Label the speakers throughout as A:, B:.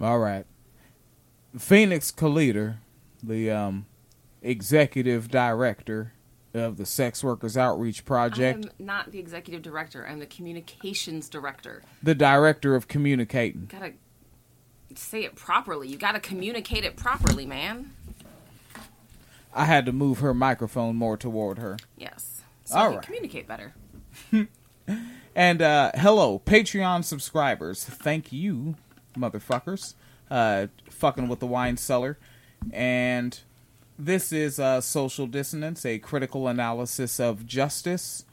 A: All right. Phoenix Kaliter, the um, executive director of the Sex Workers Outreach Project,
B: I'm not the executive director. I'm the communications director.
A: the director of communicating.
B: Gotta say it properly. You gotta communicate it properly, man.
A: I had to move her microphone more toward her.
B: Yes. So
A: All
B: you
A: right.
B: can communicate better.
A: And uh, hello, Patreon subscribers. Thank you, motherfuckers. Uh, fucking with the wine cellar. And this is uh, Social Dissonance, a critical analysis of justice.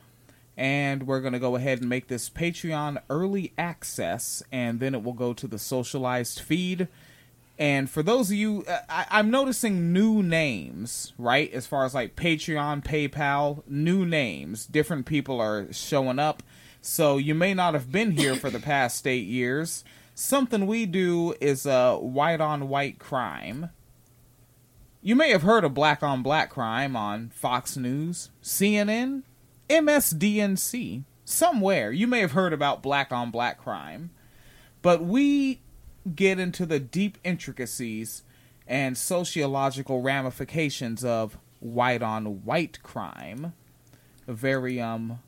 A: And we're going to go ahead and make this Patreon early access, and then it will go to the socialized feed. And for those of you, uh, I, I'm noticing new names, right? As far as like Patreon, PayPal, new names. Different people are showing up. So you may not have been here for the past eight years. Something we do is uh, white on white crime. You may have heard of black on black crime on Fox News, CNN, MSDNC, somewhere. You may have heard about black on black crime. But we get into the deep intricacies and sociological ramifications of white on white crime. A very um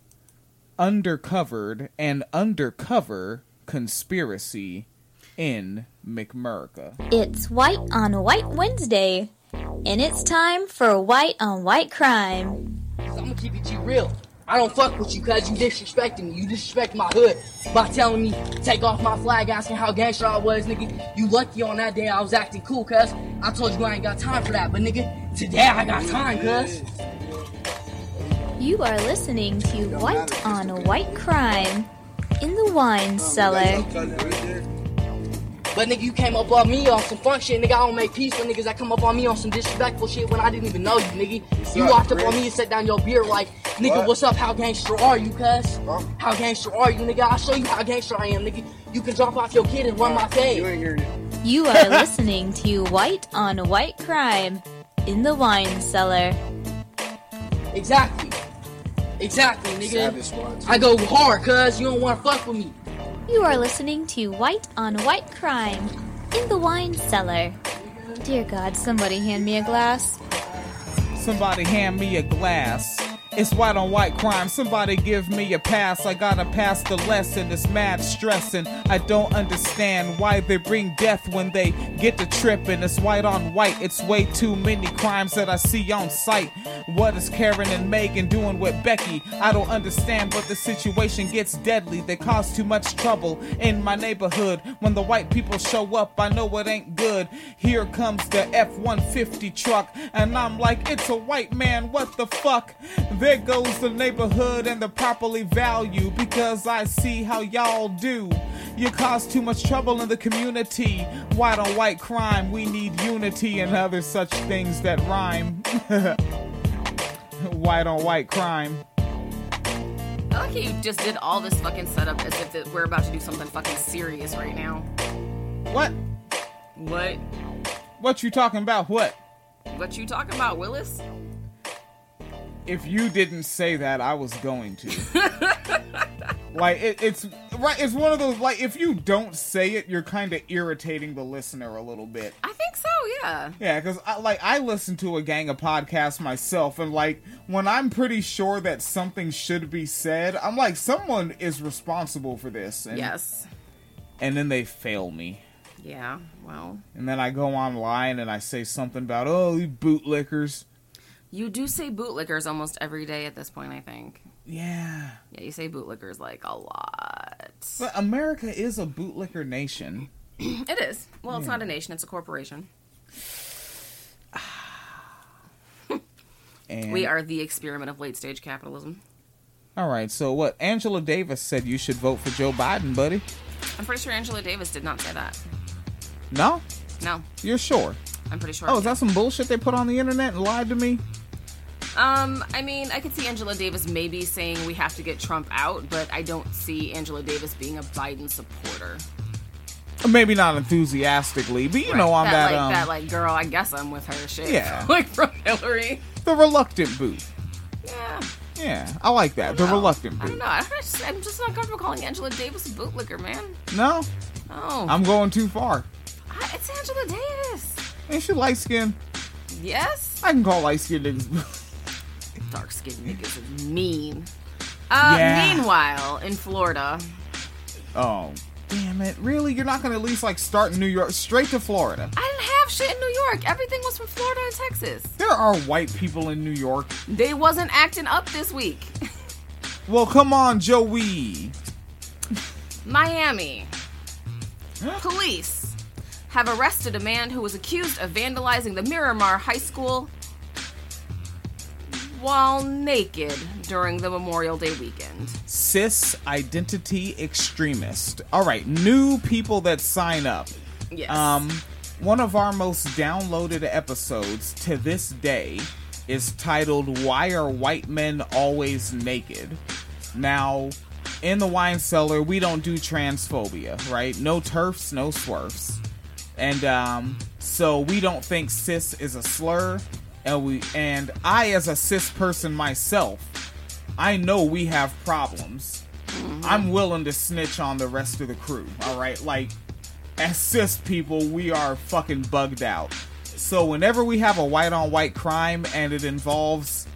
A: undercovered and undercover conspiracy in McMurica.
C: It's White on White Wednesday, and it's time for White on White Crime.
D: So I'm gonna keep it G real. I don't fuck with you cause you disrespecting me. You disrespect my hood by telling me take off my flag, asking how gangster I was, nigga. You lucky on that day I was acting cool, cuz I told you I ain't got time for that, but nigga, today I got time, cuz.
C: You are listening to White on White Crime in the wine cellar.
D: But nigga, you came up on me on some fun shit, nigga. I don't make peace with niggas that come up on me on some disrespectful shit when I didn't even know you, nigga. You
E: up,
D: walked up
E: Chris?
D: on me and set down your beer like, nigga,
E: What?
D: what's up? How gangster are you, cuz?
E: Huh?
D: How gangster are you, nigga? I'll show you how gangster I am, nigga. You can drop off your kid and run my fade.
E: You ain't here yet.
C: You are listening to White on White Crime in the wine cellar.
D: Exactly. Exactly, nigga.
E: Savage Squad.
D: I go hard, cuz you don't wanna fuck with me.
C: You are listening to White on White Crime in the wine cellar. Dear God, somebody hand me a glass.
A: Somebody hand me a glass. It's white on white crime. Somebody give me a pass. I gotta pass the lesson. It's mad stressing. I don't understand why they bring death when they get to tripping. It's white on white. It's way too many crimes that I see on sight. What is Karen and Megan doing with Becky? I don't understand, but the situation gets deadly. They cause too much trouble in my neighborhood. When the white people show up, I know it ain't good. Here comes the F 150 truck, and I'm like, it's a white man, what the fuck? There goes the neighborhood and the properly value because I see how y'all do. You cause too much trouble in the community. White on white crime, we need unity and other such things that rhyme. white on white crime.
B: I like how you just did all this fucking setup as if that we're about to do something fucking serious right now.
A: What?
B: What?
A: What you talking about? What?
B: What you talking about, Willis?
A: if you didn't say that, I was going to. like it, it's right. It's one of those like if you don't say it, you're kind of irritating the listener a little bit.
B: I think so, yeah.
A: Yeah, because I, like I listen to a gang of podcasts myself, and like when I'm pretty sure that something should be said, I'm like someone is responsible for this. And,
B: Yes.
A: And then they fail me.
B: Yeah, well.
A: And then I go online and I say something about oh you bootlickers.
B: You do say bootlickers almost every day at this point, I think.
A: Yeah.
B: Yeah, you say bootlickers like a lot.
A: But America is a bootlicker nation.
B: It is. Well, it's not a nation, it's a corporation.
A: And
B: We are the experiment of late stage capitalism.
A: All right, so what? Angela Davis said you should vote for Joe Biden, buddy.
B: I'm pretty sure Angela Davis did not say that.
A: No?
B: No,
A: You're sure?
B: I'm pretty sure.
A: Oh, is that some bullshit they put on the internet and lied to me?
B: Um, I mean, I could see Angela Davis maybe saying we have to get Trump out, but I don't see Angela Davis being a Biden supporter.
A: Maybe not enthusiastically, but you know, I'm
B: that,
A: that,
B: like
A: um,
B: that like girl. I guess I'm with her shit.
A: Yeah.
B: like from Hillary.
A: the reluctant boot.
B: Yeah,
A: Yeah, I like that. The
B: no.
A: reluctant
B: I don't
A: boot.
B: know. I'm just, I'm just not comfortable calling Angela Davis a bootlicker, man.
A: No,
B: Oh,
A: I'm going too far.
B: I Angela Davis.
A: Ain't she light skinned?
B: Yes.
A: I can call light skinned niggas.
B: Dark skinned niggas is mean. Uh,
A: Yeah.
B: Meanwhile, in Florida,
A: oh, damn it. Really? You're not going to at least like start in New York, straight to Florida.
B: I didn't have shit in New York. Everything was from Florida and Texas.
A: There are white people in New York.
B: They wasn't acting up this week.
A: Well, come on, Joey.
B: Miami. Police have arrested a man who was accused of vandalizing the Miramar High School while naked during the Memorial Day weekend.
A: Cis identity extremist. All right, new people that sign up.
B: Yes.
A: Um, one of our most downloaded episodes to this day is titled "Why Are White Men Always Naked?" Now, in the wine cellar, we don't do transphobia, right? No turfs, no swerfs, and um, so we don't think cis is a slur. And we and I, as a cis person myself, I know we have problems. I'm willing to snitch on the rest of the crew. All right, like as cis people, we are fucking bugged out. So whenever we have a white on white crime and it involves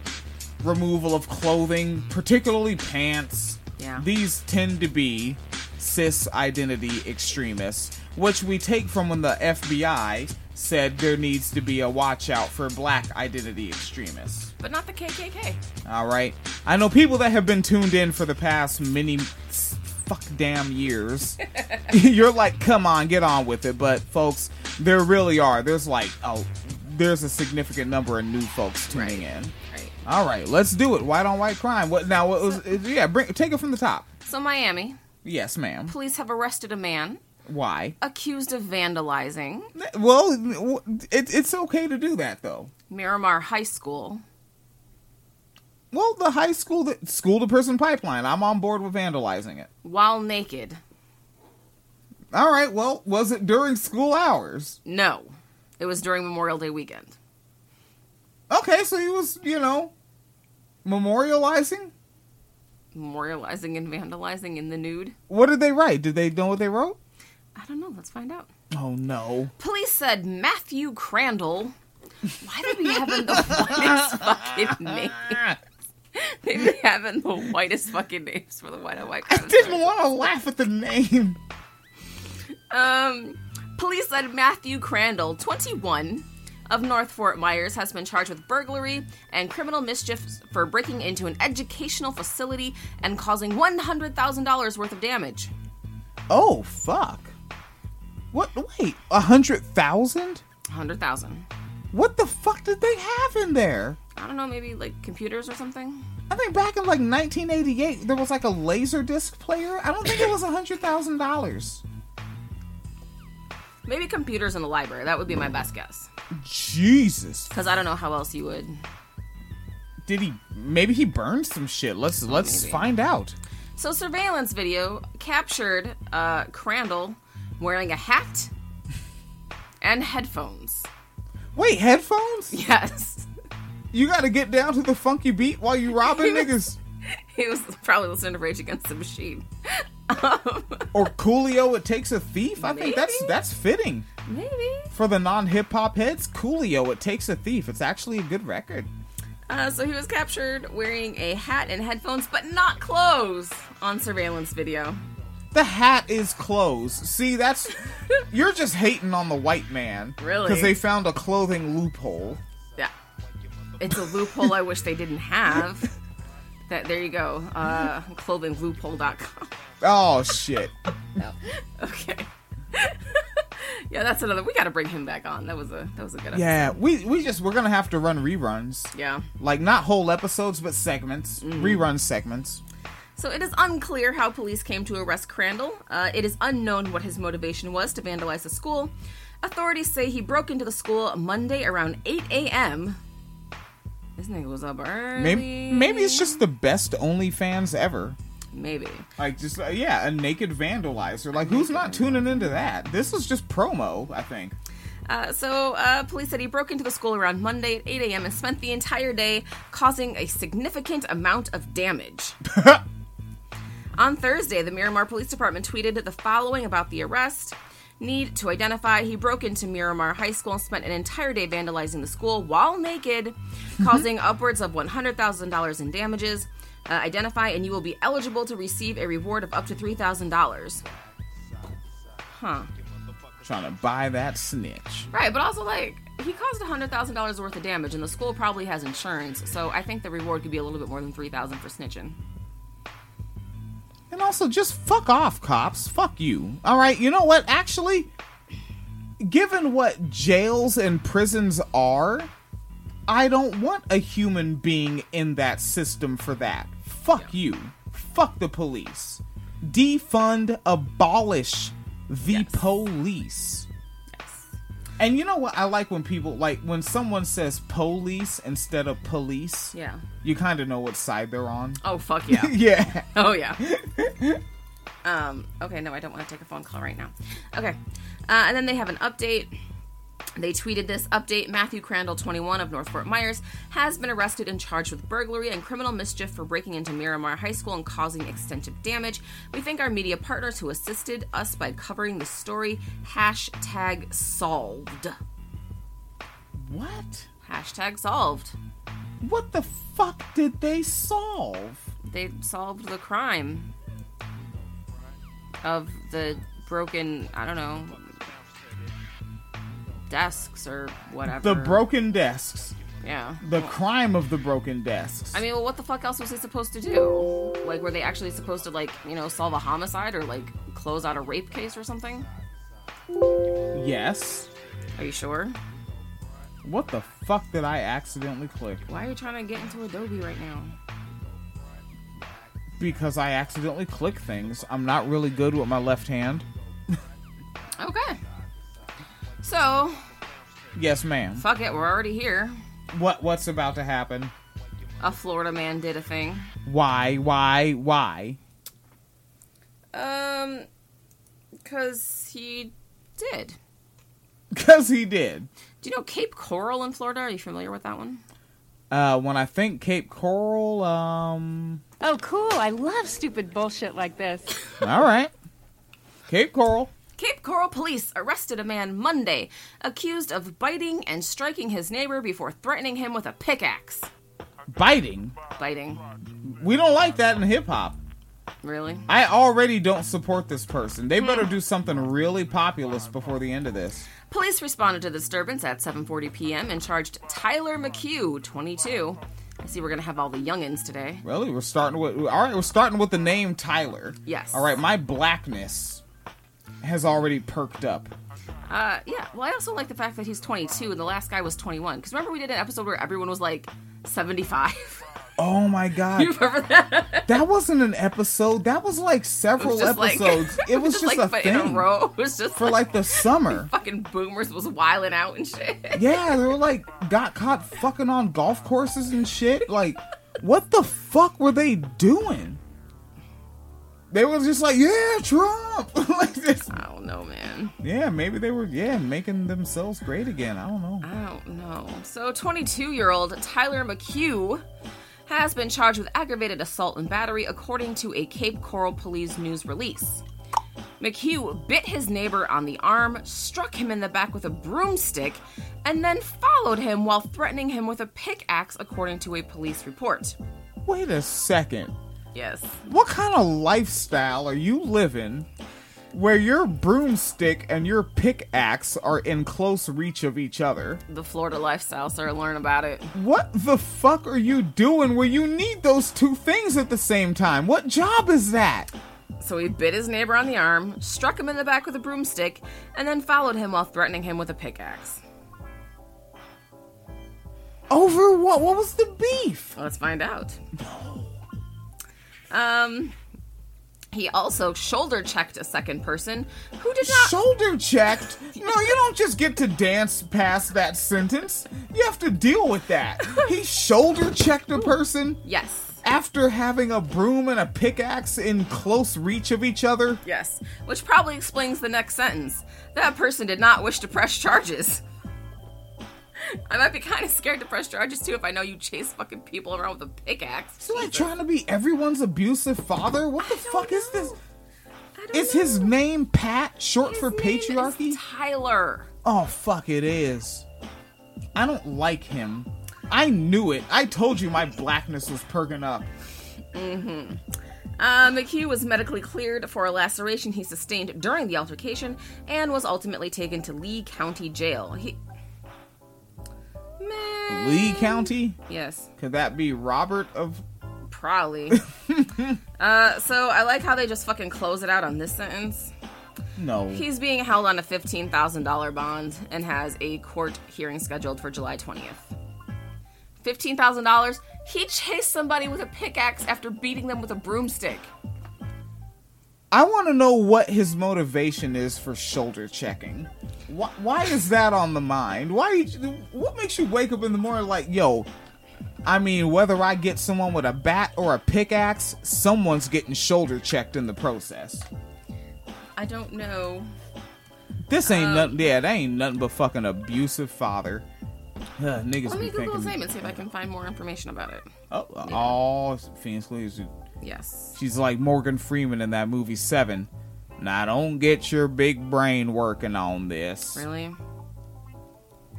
A: removal of clothing, particularly pants,
B: Yeah.
A: these tend to be cis identity extremists, which we take from when the FBI said there needs to be a watch out for black identity extremists.
B: but not the KKK.
A: All right. I know people that have been tuned in for the past many s- fuck damn years. You're like, come on, get on with it. But folks, there really are. There's like a there's a significant number of new folks tuning in.
B: Right.
A: All right, let's do it. White on white crime. What now? What was? Yeah, bring take it from the top.
B: So, Miami,
A: Yes, ma'am.
B: police have arrested a man
A: Why?
B: accused of vandalizing
A: Well, w- it, it's okay to do that though.
B: Miramar High School.
A: Well, the high school, that school to prison pipeline. I'm on board with vandalizing it.
B: while naked.
A: All right. Well, was it during school hours?
B: No, it was during Memorial Day weekend.
A: Okay, so he was, you know, memorializing.
B: Memorializing and vandalizing in the nude.
A: What did they write? Did they know what they wrote?
B: I don't know. Let's find out.
A: Oh no!
B: Police said Matthew Crandall. Why do we having the whitest fucking name? They be having the whitest fucking names for the white on white crime.
A: Didn't want to laugh at the name.
B: Um, police said Matthew Crandall, 21, of North Fort Myers, has been charged with burglary and criminal mischief for breaking into an educational facility and causing $100,000 worth of damage.
A: Oh fuck! What? Wait, a hundred thousand?
B: 100,000.
A: What the fuck did they have in there?
B: I don't know, maybe like computers or something?
A: I think back in like 1988, there was like a laser disc player. I don't think it was a hundred thousand dollars.
B: Maybe computers in the library. That would be my best guess.
A: Jesus!
B: Because I don't know how else you would.
A: Did he? Maybe he burned some shit. Let's let's
B: Maybe.
A: find out.
B: So, surveillance video captured uh, Crandall wearing a hat and headphones.
A: Wait, headphones?
B: Yes.
A: You gotta get down to the funky beat while you robbing niggas.
B: He was probably listening to Rage Against the Machine.
A: Or Coolio it takes a thief. I think that's
B: Maybe.
A: that's fitting.
B: Maybe.
A: For the non hip hop heads, Coolio it takes a thief. It's actually a good record.
B: Uh, so he was captured wearing a hat and headphones, but not clothes on surveillance video.
A: The hat is clothes. See, that's you're just hating on the white man.
B: Really?
A: Because they found a clothing loophole.
B: Yeah. It's a loophole I wish they didn't have. That there you go. Uh clothingloophole.com.
A: Oh shit.
B: Okay. yeah, that's another we gotta bring him back on. That was a that was a good episode.
A: Yeah, we we just we're gonna have to run reruns.
B: Yeah. Mm.
A: Like not whole episodes, but segments. Rerun segments.
B: So it is unclear how police came to arrest Crandall. Uh, it is unknown what his motivation was to vandalize the school. Authorities say he broke into the school Monday around 8 a.m. This nigga was up early.
A: Maybe maybe it's just the best OnlyFans ever.
B: maybe.
A: Like just uh, yeah, a naked vandalizer. Like who's not tuning into that? This was just promo, I think.
B: Uh, so, uh, police said he broke into the school around Monday at 8 a.m. and spent the entire day causing a significant amount of damage. On Thursday, the Miramar Police Department tweeted the following about the arrest. Need to identify, he broke into Miramar High School and spent an entire day vandalizing the school while naked, causing upwards of $100,000 in damages. Uh, identify, and you will be eligible to receive a reward of up to $3,000. Huh.
A: Trying to buy that snitch.
B: Right, but also, like, he caused $100,000 worth of damage, and the school probably has insurance, so I think the reward could be a little bit more than 3000 for snitching.
A: And also, just fuck off, cops. Fuck you. All right, you know what? Actually, given what jails and prisons are, I don't want a human being in that system for that. Fuck you. Fuck the police. Defund, abolish the police. And you know what I like when people like when someone says police instead of police,
B: Yeah.
A: you kind of know what side they're on.
B: Oh, fuck yeah.
A: Yeah.
B: Oh yeah. um. Okay. No, I don't want to take a phone call right now. Okay. Uh, and then they have an update. They tweeted this update. Matthew Crandall, 21 of North Fort Myers, has been arrested and charged with burglary and criminal mischief for breaking into Miramar High School and causing extensive damage. We thank our media partners who assisted us by covering the story. Hashtag solved.
A: What?
B: Hashtag solved.
A: What the fuck did they solve?
B: They solved the crime of the broken, I don't know, desks or whatever.
A: The broken desks.
B: Yeah.
A: The crime of the broken desks.
B: I mean, well, what the fuck else was he supposed to do? Like, were they actually supposed to, like, you know, solve a homicide or, like, close out a rape case or something?
A: yes.
B: Are you sure?
A: What the fuck did I accidentally click?
B: Why are you trying to get into Adobe right now?
A: Because I accidentally click things. I'm not really good with my left hand.
B: Okay. So,
A: Yes, ma'am.
B: fuck it, we're already here.
A: What what's about to happen?
B: A Florida man did a thing.
A: Why? Why? Why?
B: Um, because he did.
A: Cuz he did.
B: Do you know Cape Coral in Florida? Are you familiar with that one?
A: Uh when I think Cape Coral um
E: Oh, cool. I love stupid bullshit like this.
A: all right. Cape Coral.
B: Cape Coral police arrested a man Monday accused of biting and striking his neighbor before threatening him with a pickaxe.
A: Biting.
B: Biting.
A: We don't like that in hip hop.
B: Really?
A: I already don't support this person. They better do something really populist before the end of this.
B: Police responded to the disturbance at 7:40 p.m. and charged Tyler McHugh, 22. I see we're going to have all the youngins today.
A: Really, we're starting with all right. We're starting with the name Tyler.
B: Yes.
A: All right, my blackness has already perked up.
B: Uh, yeah. Well, I also like the fact that he's 22 and the last guy was 21 cuz remember we did an episode where everyone was like 75.
A: Oh my god,
B: you remember that?
A: that wasn't an episode. That was like
B: It was
A: several
B: just like-
A: episodes. it was just,
B: like
A: a
B: but
A: thing
B: in a row. It was just
A: for like the summer.
B: fucking boomers was wiling out and shit.
A: yeah, they were like got caught fucking on golf courses and shit. Like, what the fuck were they doing? They were just like, yeah, Trump. like this.
B: I don't know, man.
A: Yeah, maybe they were. Yeah, making themselves great again. I don't know.
B: I don't know. So, 22 year old Tyler McHugh has been charged with aggravated assault and battery, according to a Cape Coral Police news release. McHugh bit his neighbor on the arm, struck him in the back with a broomstick, and then followed him while threatening him with a pickaxe, according to a police report.
A: Wait a second.
B: Yes.
A: What kind of lifestyle are you living where your broomstick and your pickaxe are in close reach of each other?
B: The Florida lifestyle, sir. Learn about it.
A: What the fuck are you doing where you need those two things at the same time? What job is that?
B: So he bit his neighbor on the arm, struck him in the back with a broomstick, and then followed him while threatening him with a pickaxe.
A: Over what? What was the beef?
B: Let's find out. Um, he also shoulder checked a second person who did not.
A: Shoulder checked? No, you don't just get to dance past that sentence. You have to deal with that. He shoulder checked a person
B: yes.
A: after having a broom and a pickaxe in close reach of each other.
B: Yes. Which probably explains the next sentence. That person did not wish to press charges. I might be kind of scared to press charges too if I know you chase fucking people around with a pickaxe.
A: Is he, like trying to be everyone's abusive father? What the
B: don't
A: fuck is
B: know.
A: this?
B: I don't
A: Is his name Pat short
B: His
A: for
B: name is
A: patriarchy?
B: Tyler.
A: Oh fuck it is. I don't like him. I knew it. I told you my blackness was perking up.
B: Uh, McHugh was medically cleared for a laceration he sustained during the altercation and was ultimately taken to Lee County Jail. He. Man.
A: Lee County?
B: Yes,
A: Could that be Robert of
B: probably. uh, so I like how they just fucking close it out on this sentence.
A: No.
B: He's being held on a $15,000 bond and has a court hearing scheduled for July 20th. $15,000? He chased somebody with a pickaxe after beating them with a broomstick.
A: I want to know what his motivation is for shoulder checking. Why, why is that on the mind? Why? What makes you wake up in the morning like, yo? I mean, whether I get someone with a bat or a pickaxe, someone's getting shoulder checked in the process.
B: I don't know.
A: This ain't
B: Um,
A: nothing. Yeah, that ain't nothing but fucking abusive father. Ugh, niggas
B: Let
A: be
B: me Google
A: thinking-
B: his name and see if I can find more information about it.
A: Oh, uh, all Phoenix Lee's-
B: Yes.
A: She's like Morgan Freeman in that movie Seven. Now don't get your big brain working on this.
B: Really?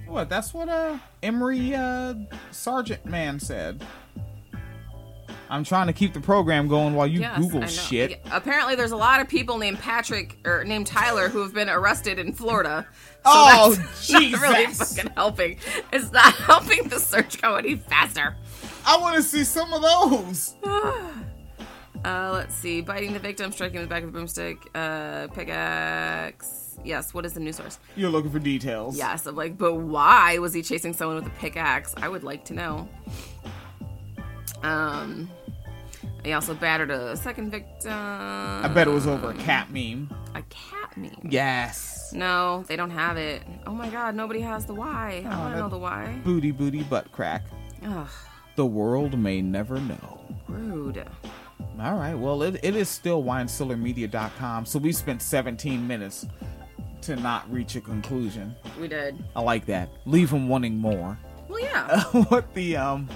A: What? That's what uh Emery uh Sergeant Man said. I'm trying to keep the program going while you
B: Yes, I
A: Google
B: know.
A: shit.
B: Yeah, Apparently, there's a lot of people named Patrick or named Tyler who have been arrested in Florida. So
A: Oh,
B: that's Not really
A: Jesus.
B: fucking helping. It's not helping the search go any faster.
A: I want to see some of those.
B: Uh, let's see. Biting the victim, striking the back of the broomstick, uh, pickaxe. Yes, what is the news source?
A: You're looking for details.
B: Yes, I'm like, but why was he chasing someone with a pickaxe? I would like to know. Um, he also battered a second victim.
A: I bet it was over a cat meme.
B: a cat meme.
A: Yes.
B: No, they don't have it. Oh my god, nobody has the why. I
A: Oh,
B: want to
A: that-
B: know the why.
A: Booty booty butt crack.
B: Ugh,
A: The world may never know.
B: rude.
A: All right. Well, it, it is still winecellarmedia.com. So we spent 17 minutes to not reach a conclusion.
B: We did.
A: I like that. Leave them wanting more.
B: Well, yeah.
A: what the um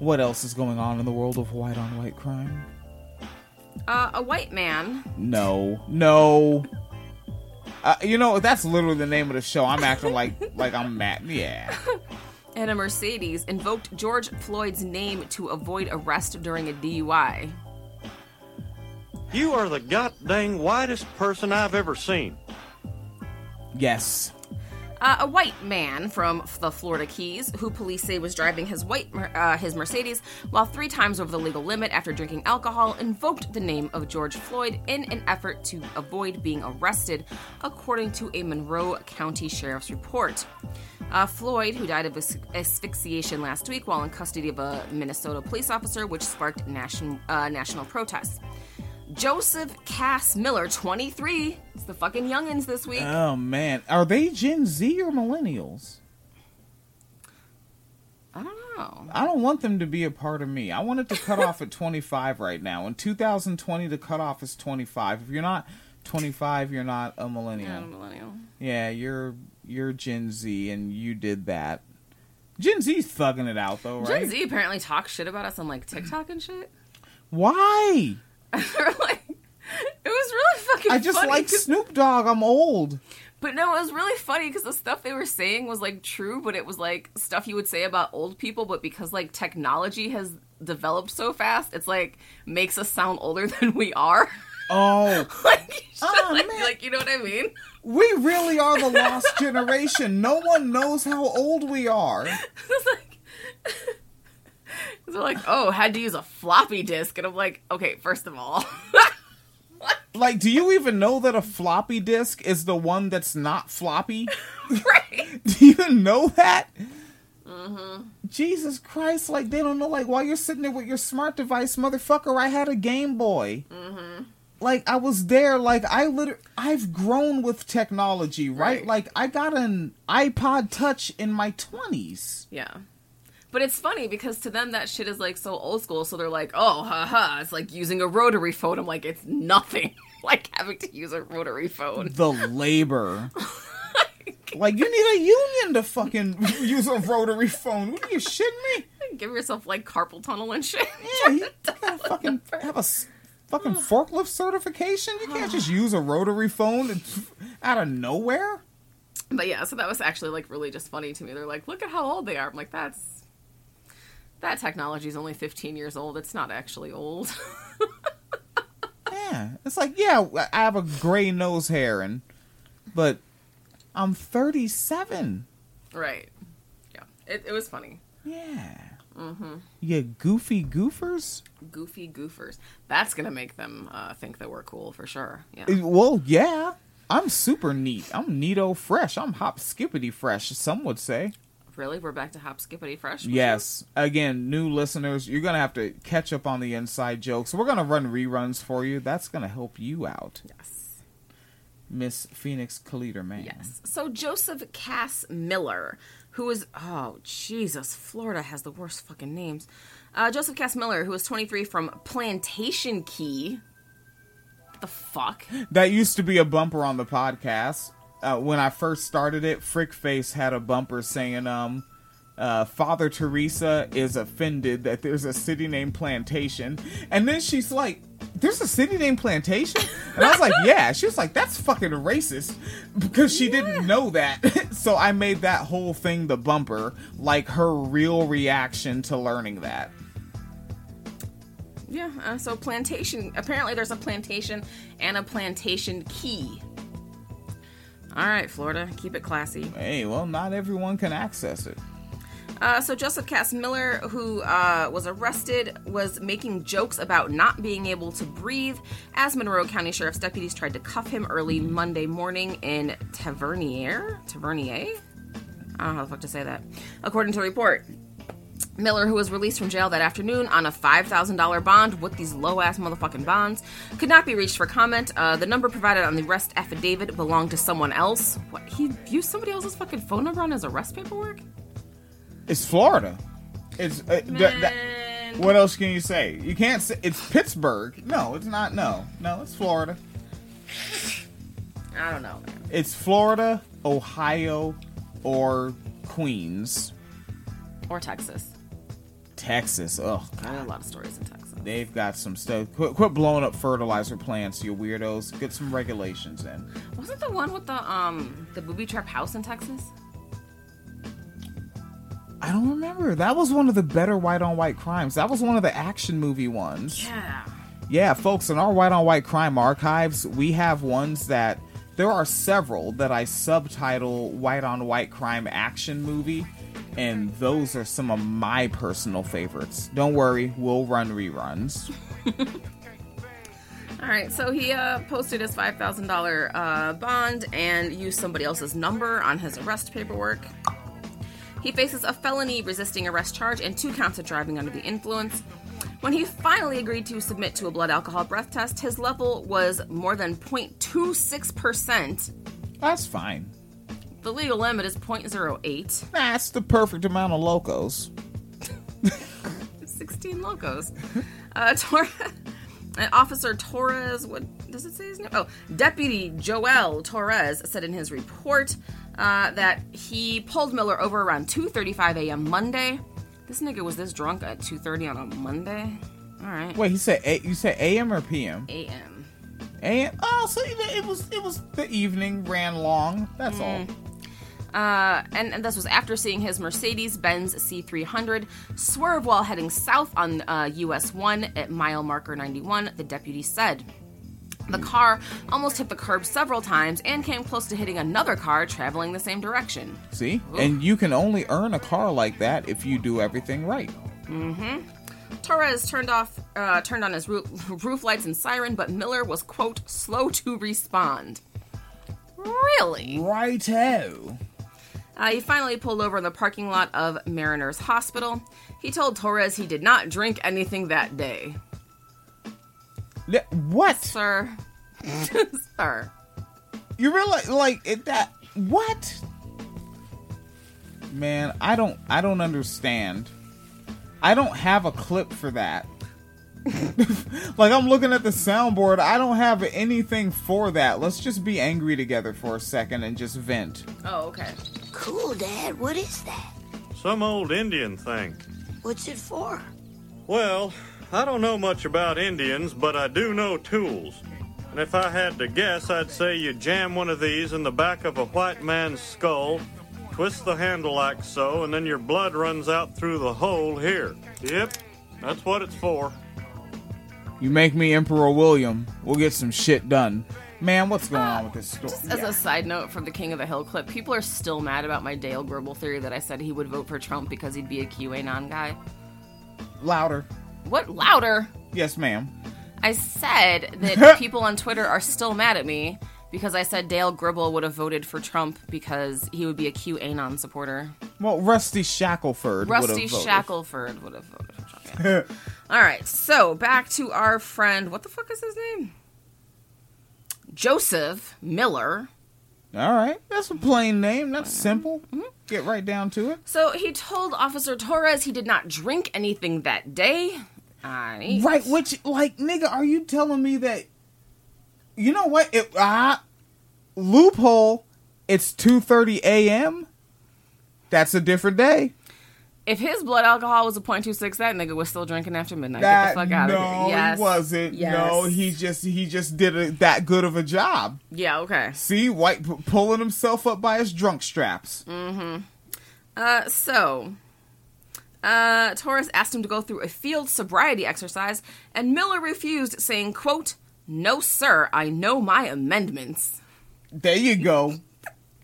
A: what else is going on in the world of white on white crime?
B: Uh, a white man.
A: No. No. Uh, you know that's literally the name of the show. I'm acting like like I'm mad. Yeah.
B: and a Mercedes invoked George Floyd's name to avoid arrest during a DUI.
F: You are the goddamn whitest person I've ever seen.
A: Yes.
B: Uh, a white man from f- the Florida Keys, who police say was driving his white mer- uh, his Mercedes while three times over the legal limit after drinking alcohol, invoked the name of George Floyd in an effort to avoid being arrested, according to a Monroe County Sheriff's report. Uh, Floyd, who died of as- asphyxiation last week while in custody of a Minnesota police officer, which sparked nation- uh, national protests. Joseph Cass Miller, 23. It's the fucking youngins this week.
A: Oh man, are they Gen Z or millennials?
B: I don't know.
A: I don't want them to be a part of me. I want it to cut off at 25 right now. In 2020, the cutoff is 25. If you're not 25, you're not a millennial.
B: Yeah, I'm a millennial.
A: Yeah, you're you're Gen Z, and you did that. Gen Z's thugging it out though, right?
B: Gen Z apparently talks shit about us on like TikTok and shit.
A: Why?
B: They're like, it was really fucking.
A: I just
B: funny
A: like
B: 'cause-
A: Snoop Dogg. I'm old.
B: but no, it was really funny because the stuff they were saying was like true, but it was like stuff you would say about old people, but because like technology has developed so fast, it's like makes us sound older than we are.
A: Oh,
B: like, you should,
A: Aw,
B: like,
A: man.
B: like, you know what I mean?
A: we really are the lost generation. No one knows how old we are.
B: It's like. They're like, oh, had to use a floppy disk, and I'm like, okay, first of all,
A: Like, do you even know that a floppy disk is the one that's not floppy?
B: right?
A: Do you know that? Jesus Christ! Like they don't know. Like while you're sitting there with your smart device, motherfucker, I had a Game Boy. Like I was there. Like I liter- I've grown with technology, right?
B: Right.
A: Like I got an iPod Touch in my twenties.
B: Yeah. But it's funny because to them that shit is like so old school, so they're like, oh, haha, it's like using a rotary phone. I'm like, it's nothing like having to use a rotary phone.
A: The labor. like you need a union to fucking use a rotary phone. What are you shitting me?
B: Give yourself like carpal tunnel and shit.
A: Yeah, you gotta fucking have a s- Fucking forklift certification? You can't just use a rotary phone and- out of nowhere?
B: But yeah, so that was actually like really just funny to me. They're like, look at how old they are. I'm like, that's that technology is only 15 years old. It's not actually old.
A: Yeah. It's like, yeah, I have a gray nose hair and but I'm 37.
B: right. Yeah. It, it was funny.
A: Yeah. Mm-hmm. You goofy goofers?
B: Goofy goofers. That's gonna make them uh, think that we're cool for sure. Yeah.
A: Eh, Well, yeah. I'm super neat. I'm neato fresh. I'm hop skippity fresh, some would say.
B: Really? We're back to hop skippity fresh? with
A: Yes. Again, new listeners, you're going to have to catch up on the inside jokes. We're going to run reruns for you. That's going to help you out,
B: you? Yes.
A: Miss Phoenix Kaliter Man.
B: Yes. So Joseph Cass Miller, who is oh Jesus, Florida has the worst fucking names. Uh, Joseph Cass Miller, who is 23 from Plantation Key. The fuck?
A: That used to be a bumper on the podcast. Uh, when I first started it, Frickface had a bumper saying, um, uh, Father Teresa is offended that there's a city named Plantation. And then she's like, There's a city named Plantation? And I was like, Yeah. She was like, That's fucking racist because she didn't know that. so I made that whole thing the bumper, like her real reaction to learning that.
B: Yeah. Uh, so plantation. Apparently, there's a plantation and a plantation key. All right, Florida, keep it classy.
A: Hey, well, not everyone can access it.
B: Uh, so Joseph Cass Miller, who uh, was arrested, was making jokes about not being able to breathe as Monroe County Sheriff's deputies tried to cuff him early Monday morning in Tavernier. Tavernier? I don't know how the fuck to say that. According to a report, Miller, who was released from jail that afternoon on a $5,000 bond with these low ass motherfucking bonds, could not be reached for comment. Uh, the number provided on the arrest affidavit belonged to someone else. What? He used somebody else's fucking phone number on his arrest paperwork?
A: It's Florida. It's uh, th- that-
B: Man.
A: what else can you say? You can't say it's Pittsburgh. No, it's not. No, no, it's Florida.
B: I don't know.
A: It's Florida, Ohio, or Queens,
B: Or Texas.
A: Texas. Ugh,
B: I have a lot of stories in Texas.
A: they've got some stuff. Quit, quit blowing up fertilizer plants, you weirdos. Get some regulations in.
B: Wasn't the one with the um the booby trap house in Texas?
A: I don't remember. That was one of the better white on white crimes. That was one of the action movie ones.
B: Yeah.
A: Yeah, folks, in our White on White Crime archives, we have ones that there are several that I subtitle White on White Crime Action Movie, and those are some of my personal favorites. Don't worry, we'll run reruns.
B: All right. So he uh, posted his five thousand uh, bond and used somebody else's number on his arrest paperwork. He faces a felony resisting arrest charge and two counts of driving under the influence. When he finally agreed to submit to a blood alcohol breath test, his level was more than 0.26%.
A: That's fine.
B: The legal limit is 0.08.
A: That's the perfect amount of locos.
B: 16 locos. Uh, Tor- and Officer Torres, what does it say his name? Oh, Deputy Joel Torres said in his report uh, that he pulled Miller over around 2:35 a.m. Monday. This nigga was this drunk at 2:30 on a Monday. All right.
A: Wait, he said a- you said AM or PM?
B: A.m.
A: AM. Oh, so you know, it was it was the evening ran long. That's all.
B: Uh, and, and this was after seeing his Mercedes Benz C300 swerve while heading south on uh, US 1 at mile marker 91, the deputy said. The car almost hit the curb several times and came close to hitting another car traveling the same direction.
A: See? And you can only earn a car like that if you do everything right.
B: Torres turned off, uh, turned on his roof, roof lights and siren, but Miller was quote slow to respond. Really?
A: Righto.
B: Uh, he finally pulled over in the parking lot of Mariners Hospital. He told Torres he did not drink anything that day.
A: Yeah, What?
B: Sir. Sir.
A: You realize, like, it, that what? Man, I don't, I don't understand. I don't have a clip for that. like, I'm looking at the soundboard. I don't have anything for that. Let's just be angry together for a second and just vent.
B: Oh, okay.
G: Cool, Dad. What is that?
F: Some old Indian thing.
G: What's it for?
F: Well, I don't know much about Indians, but I do know tools. And if I had to guess, I'd say you jam one of these in the back of a white man's skull, twist the handle like so, and then your blood runs out through the hole here. Yep, that's what it's for.
A: You make me Emperor William. We'll get some shit done. Man, what's going on with this story?
B: Uh, Just as a side note from the King of the Hill clip, people are still mad about my Dale Gribble theory that I said he would vote for Trump because he'd be a QAnon guy.
A: Louder.
B: What louder?
A: Yes, ma'am.
B: I said that people on Twitter are still mad at me because I said Dale Gribble would have voted for Trump because he would be a QAnon supporter.
A: Well, Rusty Shackleford. would've
B: Rusty
A: voted.
B: Shackleford would have voted for Trump. yeah. All right, so back to our friend. What the fuck is his name? Joseph Miller.
A: All right, that's a plain name. That's simple. Mm-hmm. Get right down to it.
B: So he told Officer Torres he did not drink anything that day. I
A: Right, which like nigga, are you telling me that? You know what? It ah loophole. It's two thirty a.m. That's a different day.
B: If his blood alcohol was a .26, that nigga was still drinking after midnight. Get
A: That
B: the fuck out
A: no,
B: of here. Yes.
A: he wasn't. No,
B: Yes.
A: he just he just did a, that good of a job.
B: Yeah, okay.
A: See, white p- pulling himself up by his drunk straps.
B: Mm. Uh, so, uh, Torres asked him to go through a field sobriety exercise, and Miller refused, saying, quote, no, sir, I know my amendments.
A: There you go.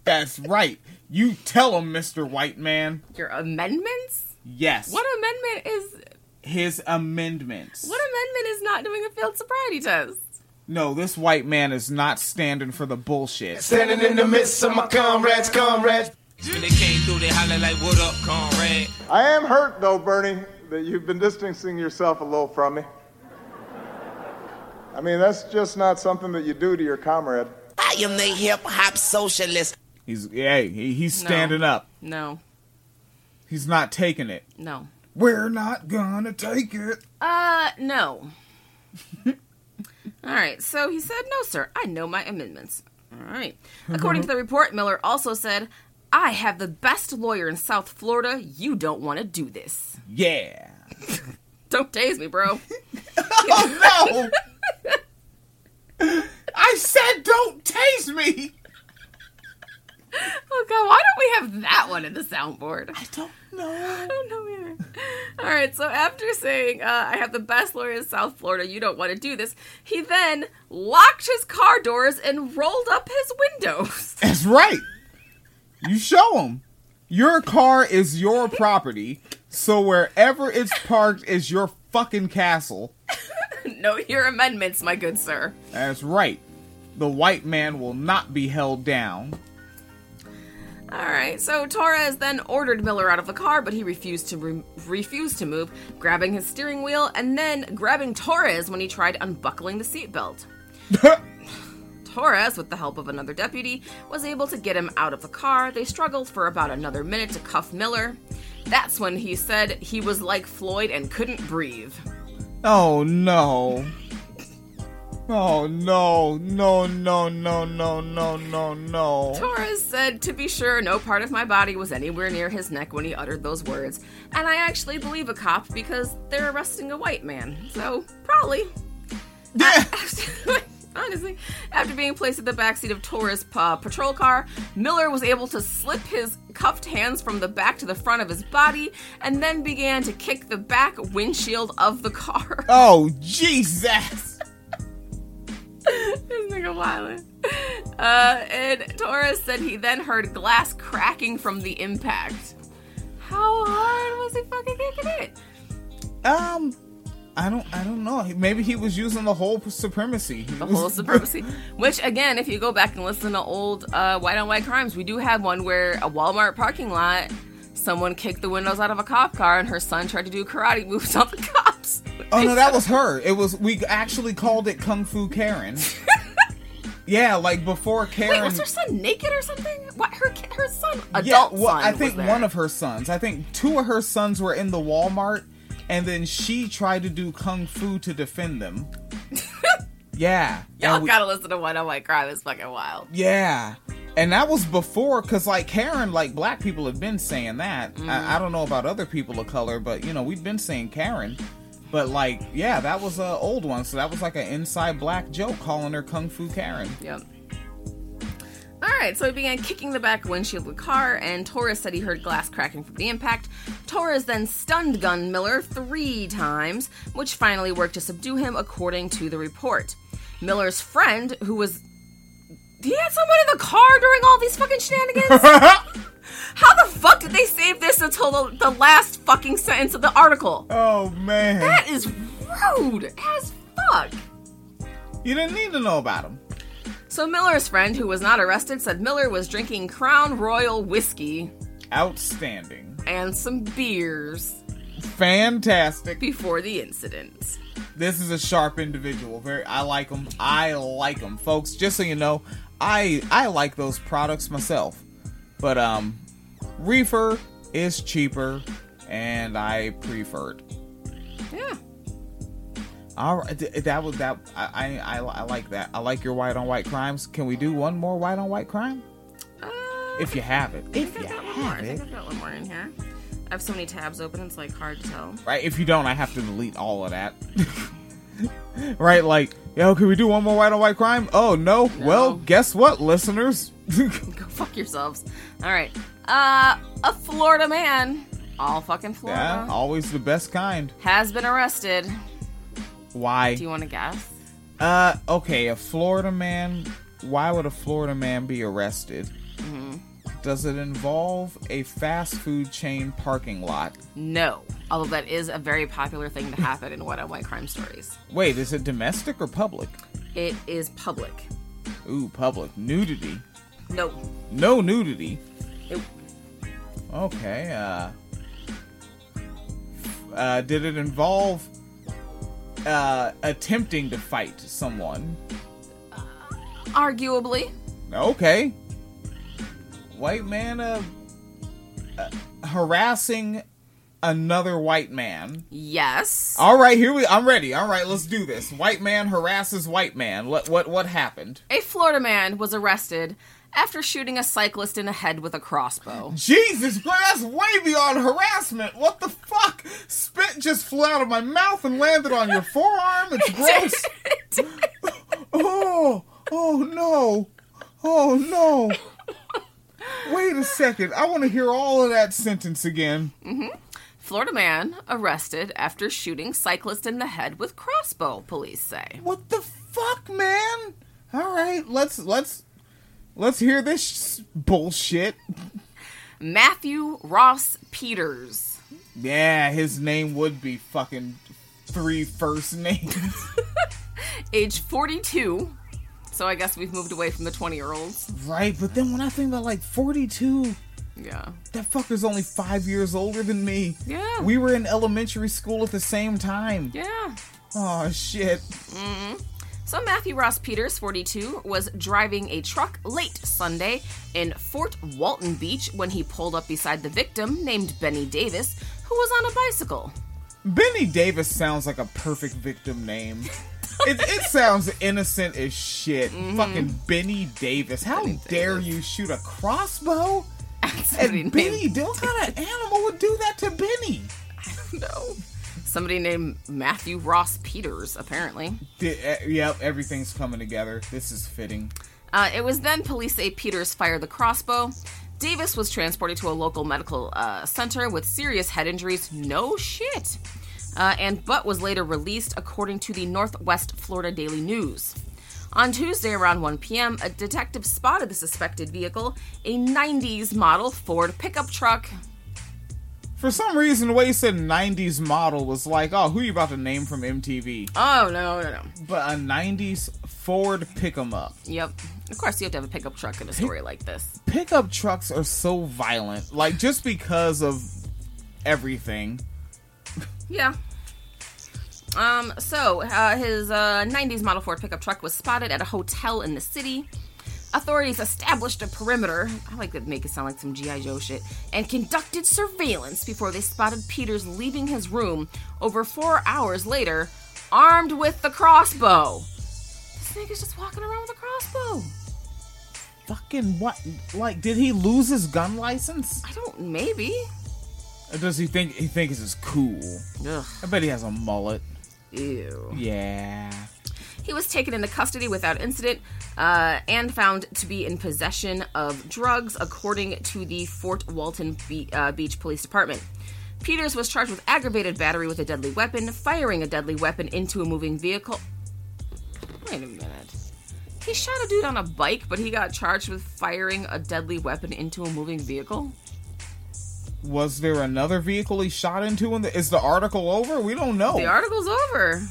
A: That's right. You tell him, Mister White Man.
B: Your amendments?
A: Yes.
B: What amendment is,
A: his amendments.
B: what amendment is not doing a field sobriety test?
A: No, this white man is not standing for the bullshit.
H: Standing in the midst of my comrades, comrades.
I: When they came through, they hollered like, "What up, comrade?"
J: I am hurt, though, Bernie, that you've been distancing yourself a little from me. I mean, that's just not something that you do to your comrade.
G: I am the hip hop socialist.
A: He's hey, he, he's
B: No.
A: standing up.
B: No,
A: He's not taking it.
B: no.
A: We're not gonna take it.
B: Uh, no. All right, so he said, No, sir, I know my amendments. All right. According to the report, Miller also said, I have the best lawyer in South Florida. You don't want to do this.
A: Yeah.
B: Don't tase me, bro.
A: No. I said don't tase me.
B: oh, God, why don't we have that one in the soundboard? I
A: Don't no.
B: don't know either. All right, so after saying, uh, I have the best lawyer in South Florida. You don't want to do this, he then locked his car doors and rolled up his windows.
A: That's right. You show him. Your car is your property, so wherever it's parked is your fucking castle.
B: no, your amendments, my good sir.
A: That's right. The white man will not be held down.
B: All right. So Torres then ordered Miller out of the car, but he refused to re- refused to move, grabbing his steering wheel and then grabbing Torres when he tried unbuckling the seatbelt. Torres, with the help of another deputy, was able to get him out of the car. They struggled for about another minute to cuff Miller. That's when he said he was like Floyd and couldn't breathe.
A: Oh no. Oh no, no, no, no, no, no, no, no.
B: Torres said, to be sure, no part of my body was anywhere near his neck when he uttered those words. And I actually believe a cop because they're arresting a white man. So, probably.
A: Yeah.
B: Honestly, after being placed at the backseat of Torres' uh, patrol car, Miller was able to slip his cuffed hands from the back to the front of his body and then began to kick the back windshield of the car.
A: Oh Jesus.
B: this nigga wildin'. Uh, and Torres said he then heard glass cracking from the impact. How hard was he fucking kicking it?
A: Um I don't I don't know. Maybe he was using the whole supremacy. He
B: The
A: was-
B: whole supremacy. Which, again, if you go back and listen to old uh, White on White Crimes, we do have one where a Walmart parking lot, someone kicked the windows out of a cop car and her son tried to do karate moves on the cops.
A: Oh no, that was her. It was we actually called it Kung Fu Karen. yeah, like before
B: Wait,
A: Karen
B: was her son naked or something? What? Her ki- her son, adult
A: well,
B: son.
A: I
B: was
A: think
B: there.
A: one of her sons. I think two of her sons were in the Walmart, and then she tried to do kung fu to defend them. yeah,
B: y'all
A: and we-
B: gotta listen to White on White Crime. It's fucking wild.
A: yeah, and that was before because like Karen, like black
B: Mm-hmm.
A: people have been saying that. I, I don't know about other people of color, but you know we've been saying Karen. But like, yeah, that was an old one. So that was like an inside black joke calling her Kung Fu Karen.
B: Yep. All right, so he began kicking the back windshield of the car, and Torres said he heard glass cracking from the impact. Torres then stunned Gun Miller three times, which finally worked to subdue him, according to the report. Miller's friend, who was. He had someone in the car during all these fucking shenanigans? How the fuck did they save this until the, the last fucking sentence of the article?
A: Oh man.
B: That is rude as fuck.
A: You didn't need to know about him.
B: So Miller's friend, who was not arrested, said Miller was drinking Crown Royal whiskey
A: Outstanding.
B: and some beers
A: Fantastic.
B: before the incident.
A: This is a sharp individual. Very I like him. I like him, folks. Just so you know, I I like those products myself. But um reefer is cheaper and I prefer it.
B: Yeah.
A: All right, th- that was that. I, I I I like that. I like your white on white crimes. Can we do one more white on white crime
B: Uh,
A: if you have it?
B: I
A: If
B: think
A: you
B: I've got one more.
A: have
B: I
A: it,
B: think I've got one more in here. I have so many tabs open, it's like hard to tell.
A: right? If you don't, I have to delete all of that. right? Like, yo, can we do one more white on white crime? Oh no. Well, guess what, listeners?
B: Go fuck yourselves. All right. Uh, a Florida man, all fucking Florida,
A: yeah, always the best kind.
B: has been arrested.
A: Why?
B: Do you want to guess?
A: Uh, okay, a Florida man. Why would a Florida man be arrested?
B: Mm-hmm.
A: Does it involve a fast food chain parking lot?
B: No. Although that is a very popular thing to happen in white on white crime stories.
A: Wait, is it domestic or public?
B: It is public.
A: Ooh, public nudity.
B: No.
A: No nudity.
B: Nope.
A: Okay. Uh, uh, did it involve uh, attempting to fight someone?
B: Arguably.
A: Okay. White man uh, uh, harassing another white man.
B: Yes.
A: All right, here we. I'm ready. All right, let's do this. White man harasses white man. What what what happened?
B: A Florida man was arrested after shooting a cyclist in the head with a crossbow.
A: Jesus Christ, that's way beyond harassment. What the fuck? Spit just flew out of my mouth and landed on your forearm. It's gross. oh, oh no. Oh no. Wait a second. I want to hear all of that sentence again.
B: Florida man arrested after shooting cyclist in the head with crossbow, police say.
A: What the fuck, man? All right, let's let's let's hear this sh- bullshit.
B: Matthew Ross Peters.
A: Yeah, his name would be fucking three first names.
B: age 42. So I guess we've moved away from the 20 year olds.
A: Right, but then when I think about like 42,
B: Yeah.
A: that fucker's only five years older than me.
B: Yeah.
A: We were in elementary school at the same time.
B: Yeah.
A: Oh, shit.
B: So Matthew Ross Peters, 42, was driving a truck late Sunday in Fort Walton Beach when he pulled up beside the victim named Benny Davis, who was on a bicycle.
A: Benny Davis sounds like a perfect victim name. it, it sounds innocent as shit. Fucking Mm-hmm. Benny Davis. How dare you shoot a crossbow?
B: Somebody
A: And
B: named-
A: Benny, what kind of animal would do that to Benny?
B: No. Somebody named Matthew Ross Peters, apparently.
A: Di- eh, yep, everything's coming together. This is fitting.
B: Uh, it was then police say Peters fired the crossbow. Davis was transported to a local medical uh, center with serious head injuries. No shit. Uh, and Butt was later released, according to the Northwest Florida Daily News. On Tuesday around 1 p.m., a detective spotted the suspected vehicle, a 90s model Ford pickup truck.
A: For some reason, the way you said 90s model was like, oh, who you about to name from MTV?
B: Oh, no, no, no.
A: But a 90s Ford pick 'em up.
B: Yep. Of course, you have to have a pickup truck in a story like this.
A: Pickup trucks are so violent, like, just because of everything.
B: Yeah. Um, so, uh, his uh, 90s model Ford pickup truck was spotted at a hotel in the city. Authorities established a perimeter, I like to make it sound like some G.I. Joe shit, and conducted surveillance before they spotted Peters leaving his room over four hours later, armed with the crossbow. This nigga's just walking around with a crossbow.
A: Fucking what? Like, did he lose his gun license?
B: I don't, maybe.
A: Or does he think he thinks it's cool?
B: Ugh.
A: I bet he has a mullet.
B: Ew.
A: Yeah.
B: He was taken into custody without incident uh, and found to be in possession of drugs, according to the Fort Walton Be- uh, Beach Police Department. Peters was charged with aggravated battery with a deadly weapon, firing a deadly weapon into a moving vehicle. Wait a minute. He shot a dude on a bike, but he got charged with firing a deadly weapon into a moving vehicle?
A: Was there another vehicle he shot into? In the, is the article over? We don't know.
B: The article's over.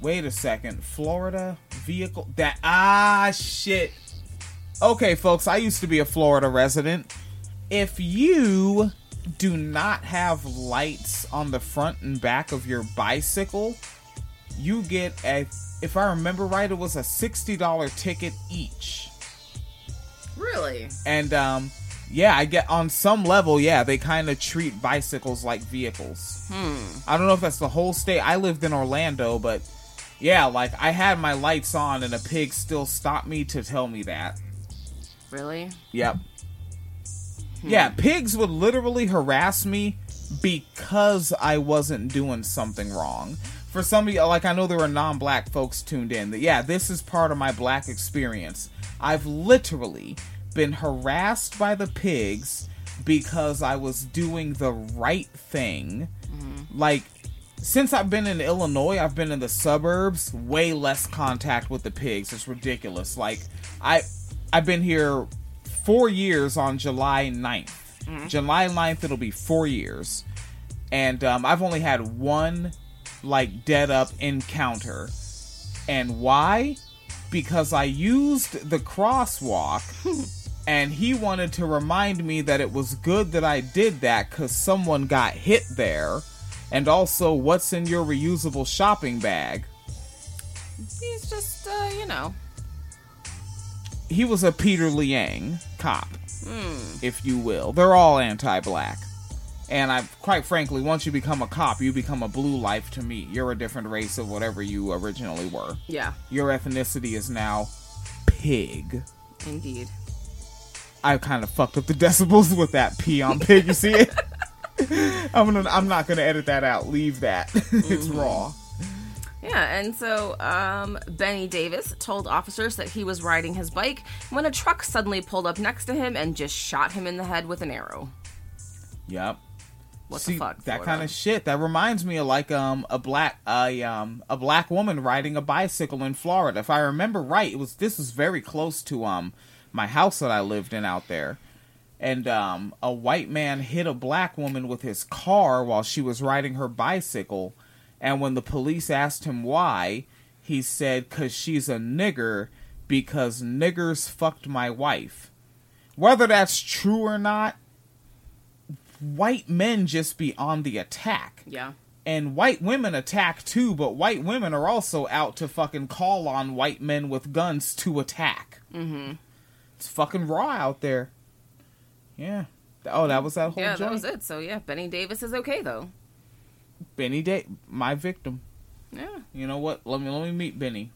A: Wait a second. Florida vehicle that ah shit. Okay, folks, I used to be a Florida resident. If you do not have lights on the front and back of your bicycle, you get a if I remember right, it was a $60 ticket each.
B: Really?
A: And um yeah, I get on some level, yeah, they kind of treat bicycles like vehicles.
B: Hmm.
A: I don't know if that's the whole state. I lived in Orlando, but yeah, like I had my lights on and a pig still stopped me to tell me that.
B: Really?
A: Yep. Yeah, pigs would literally harass me because I wasn't doing something wrong. For some of you, like I know there are non black folks tuned in, that yeah, this is part of my black experience. I've literally been harassed by the pigs because I was doing the right thing. Like, since I've been in Illinois, I've been in the suburbs, way less contact with the pigs. It's ridiculous. Like, I I've been here four years on July 9th.
K: Mhm.
A: July 9th, it'll be four years. And um, I've only had one, like, dead up encounter. And why? Because I used the crosswalk, and he wanted to remind me that it was good that I did that because someone got hit there. And also, what's in your reusable shopping bag?
B: He's just, uh, you know.
A: He was a Peter Liang cop.
B: Hmm.
A: if you will. They're all anti-black. And I quite frankly, once you become a cop, you become a blue life to me. You're a different race of whatever you originally were.
B: Yeah.
A: Your ethnicity is now pig.
B: Indeed.
A: I kind of fucked up the decibels with that pee on pig. You see it? I'm gonna, I'm not gonna edit that out. Leave that. it's raw.
B: Yeah, and so um, Benny Davis told officers that he was riding his bike when a truck suddenly pulled up next to him and just shot him in the head with an arrow.
A: Yep.
B: What the
A: See,
B: fuck,
A: That
B: Florida?
A: kind of shit. That reminds me of like um a black a um a black woman riding a bicycle in Florida. If I remember right, it was this was very close to um my house that I lived in out there. And um a white man hit a black woman with his car while she was riding her bicycle. And when the police asked him why, he said, "Cause she's a nigger, because niggers fucked my wife." Whether that's true or not, white men just be on the attack.
B: Yeah.
A: And white women attack too, but white women are also out to fucking call on white men with guns to attack.
B: Mm-hmm.
A: It's fucking raw out there. Yeah. Oh, that was that whole
B: Yeah,
A: joint.
B: that was it. So yeah, Benny Davis is okay though.
A: Benny Day, my victim.
B: Yeah.
A: You know what? Let me let me meet Benny.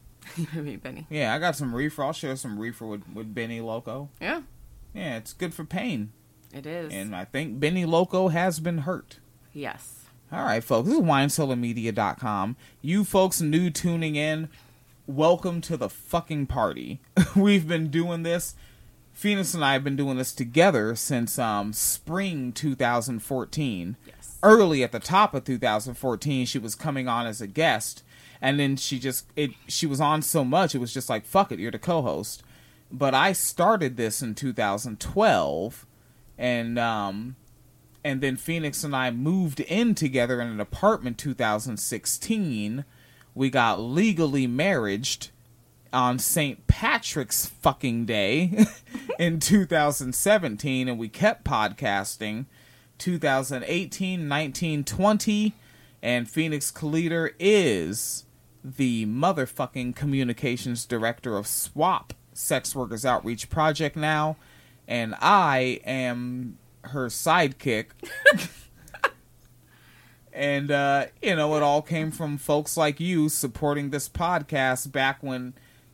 B: I mean, Benny.
A: Yeah, I got some reefer. I'll share some reefer with with Benny Loco.
B: Yeah.
A: Yeah, it's good for pain.
B: It is.
A: And I think Benny Loco has been hurt.
B: yes.
A: All right, folks. This is winecellarmedia.com. You folks new tuning in, welcome to the fucking party. We've been doing this. Phoenix and I have been doing this together since um, spring 2014. Yes. Early at the top of 2014, she was coming on as a guest, and then she just it she was on so much it was just like fuck it, you're the co-host. But I started this in 2012, and um, and then Phoenix and I moved in together in an apartment 2016. We got legally married on St. Patrick's fucking day in 2017 and we kept podcasting 2018, 19, 20 and Phoenix Kaliter is the motherfucking communications director of SWAP Sex Workers Outreach Project now and I am her sidekick. and uh, you know, it all came from folks like you supporting this podcast back when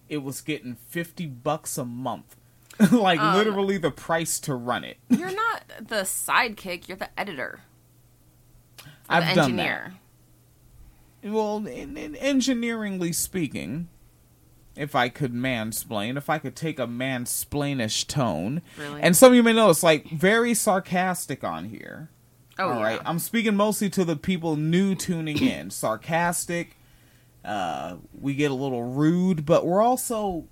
A: it was getting fifty bucks a month, like
B: Um,
A: literally the price to run it.
B: You're not the sidekick. You're the editor.
A: I've
B: the
A: done
B: engineer.
A: that. Well, in, in engineeringly speaking, if I could mansplain, if I could take a mansplainish tone,
B: Really?
A: and some of you may notice, like very sarcastic on here.
B: Oh, yeah.
A: I'm speaking mostly to the people new tuning in. Sarcastic. Uh, we get a little rude, but we're also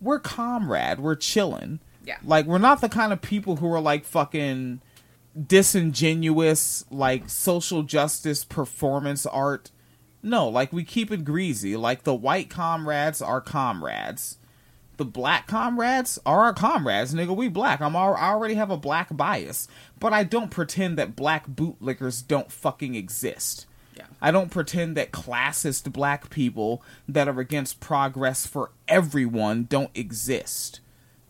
A: we're comrade. We're chilling.
B: Yeah.
A: Like we're not the kind of people who are like fucking disingenuous, like social justice performance art. No, like we keep it greasy. Like the white comrades are comrades. The black comrades are our comrades, nigga. We black. I'm al- I already have a black bias, but I don't pretend that black bootlickers don't fucking exist.
B: Yeah.
A: I don't pretend that classist black people that are against progress for everyone don't exist.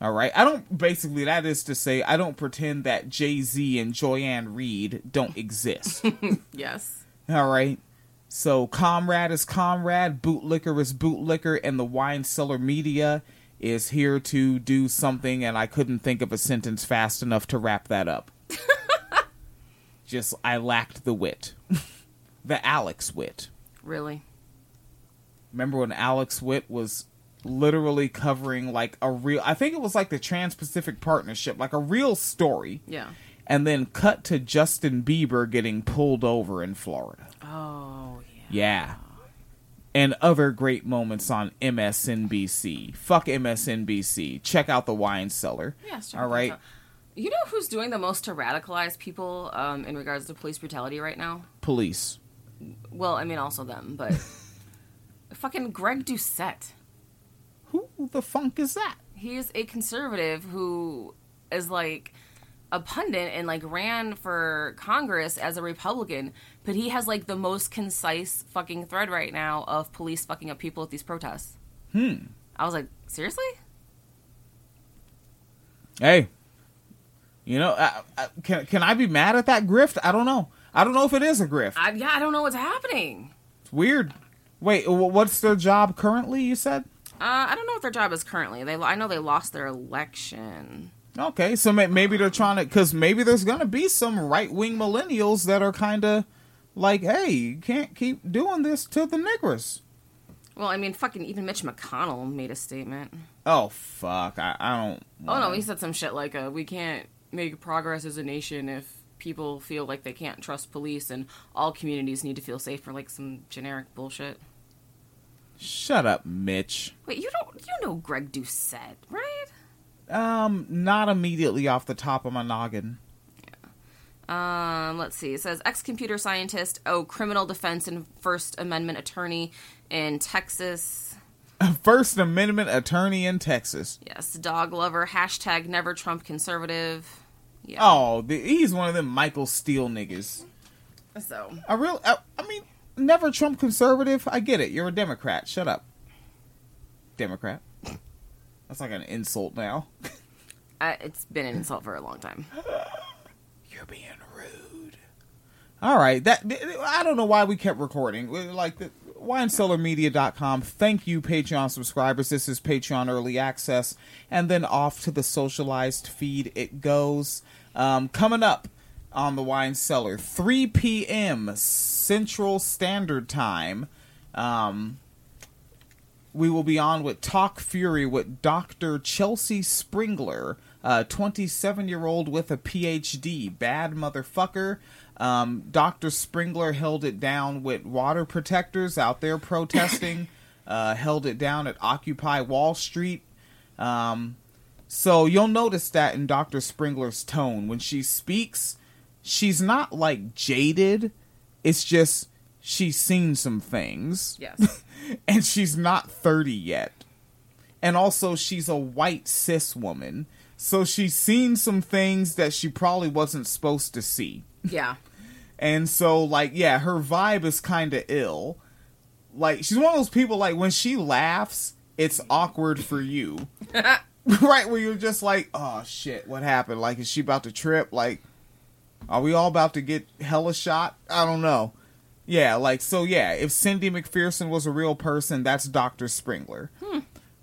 A: All right. I don't basically that is to say I don't pretend that Jay Z and Joyanne Reed don't exist.
B: Yes.
A: All right. So comrade is comrade, bootlicker is bootlicker, and the wine cellar media is here to do something, and I couldn't think of a sentence fast enough to wrap that up. Just I lacked the wit. the Alex wit.
B: Really.
A: Remember when Alex Witt was literally covering like a real I think it was like the Trans Pacific Partnership, like a real story.
B: Yeah.
A: And then cut to Justin Bieber getting pulled over in Florida.
B: Oh yeah.
A: Yeah. And other great moments on MSNBC. Fuck MSNBC. Check out the wine cellar.
B: Yeah, sure.
A: All right.
B: You know who's doing the most to radicalize people um, in regards to police brutality right now?
A: Police.
B: Well, I mean, also them, but fucking Greg Doucette.
A: Who the funk is that?
B: He is a conservative who is like a pundit and like ran for Congress as a Republican, but he has like the most concise fucking thread right now of police fucking up people at these protests. Hmm. I was like, seriously?
A: Hey, you know, I, I, can can I be mad at that grift? I don't know. I don't know if it is a grift.
B: I, yeah, I don't know what's happening.
A: It's weird. Wait, wh- what's their job currently? You said.
B: Uh, I don't know what their job is currently. They, I know they lost their election.
A: Okay, so may- maybe they're trying to, because maybe there's gonna be some right wing millennials that are kind of like, hey, you can't keep doing this to the niggers.
B: Well, I mean, fucking even Mitch McConnell made a statement.
A: Oh fuck, I, I don't.
B: Oh no, he said some shit like, uh, "We can't make progress as a nation if people feel like they can't trust police, and all communities need to feel safe." Or like some generic bullshit.
A: Shut up, Mitch.
B: Wait, you don't you know Greg Doucette, right?
A: Um, not immediately off the top of my noggin.
B: Um, let's see. It says ex computer scientist, oh, criminal defense and First Amendment attorney in Texas.
A: First Amendment attorney in Texas.
B: Yes, dog lover. Hashtag never Trump conservative. Yeah.
A: Oh, the, he's one of them Michael Steele niggas.
B: So
A: I real, I, I mean, never Trump conservative. I get it. You're a Democrat. Shut up, Democrat. That's like an insult now.
B: I, uh, it's been an insult for a long time.
A: You're being rude. All right, that I don't know why we kept recording. Like the winecellarmedia.com. Thank you, Patreon subscribers. This is Patreon early access, and then off to the socialized feed it goes. Um, coming up on the wine cellar, 3 p.m. Central Standard Time. Um, we will be on with Talk Fury with Dr. Chelsea Springler, a 27 year old with a PhD. Bad motherfucker. Um, Dr. Springler held it down with water protectors out there protesting, uh, held it down at Occupy Wall Street. Um, so you'll notice that in Dr. Springler's tone. When she speaks, she's not like jaded, it's just she's seen some things
B: Yes.
A: and she's not 30 yet. And also, she's a white cis woman. So she's seen some things that she probably wasn't supposed to see.
B: yeah.
A: And so, like, yeah, her vibe is kind of ill. Like, she's one of those people, like, when she laughs, it's awkward for you. right? Where you're just like, oh shit, what happened? Like, is she about to trip? Like, are we all about to get hella shot? I don't know. Yeah, like, so yeah, if Cindy McPherson was a real person, that's Dr. Springler.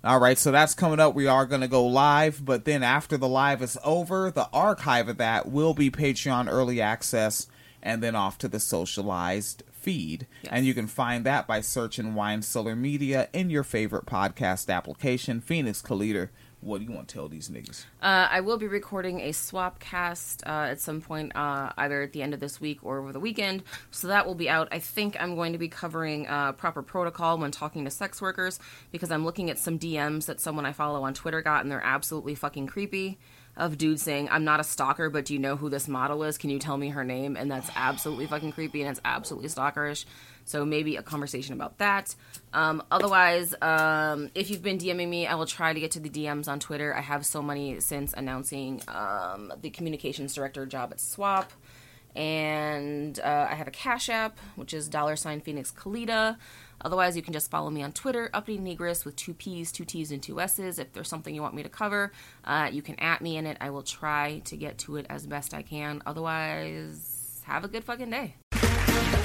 A: All right, so that's coming up. We are going to go live, but then after the live is over, the archive of that will be Patreon early access, and then off to the socialized feed. And you can find that by searching Wine Cellar Media in your favorite podcast application. Phoenix Caliter, what do you want to tell these niggas?
B: Uh, I will be recording a swap cast uh, at some point, uh, either at the end of this week or over the weekend. So that will be out. I think I'm going to be covering uh, proper protocol when talking to sex workers because I'm looking at some DMs that someone I follow on Twitter got, and they're absolutely fucking creepy. Of dudes saying, I'm not a stalker, but do you know who this model is? Can you tell me her name? And that's absolutely fucking creepy and it's absolutely stalkerish. So maybe a conversation about that. Um, otherwise, um, if you've been DMing me, I will try to get to the DMs on Twitter. I have so many since announcing um, the communications director job at Swap. And uh, I have a Cash App, which is dollar sign Phoenix Kalita. Otherwise, you can just follow me on Twitter, Uppity Negress with two P's, two T's, and two S's. If there's something you want me to cover, uh, you can at me in it. I will try to get to it as best I can. Otherwise, have a good fucking day.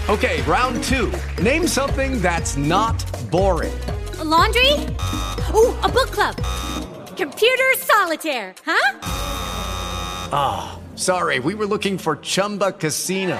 K: Okay, round two. Name something that's not boring.
L: A laundry? Ooh, a book club. Computer solitaire, huh?
K: Ah, sorry, we were looking for Chumba Casino.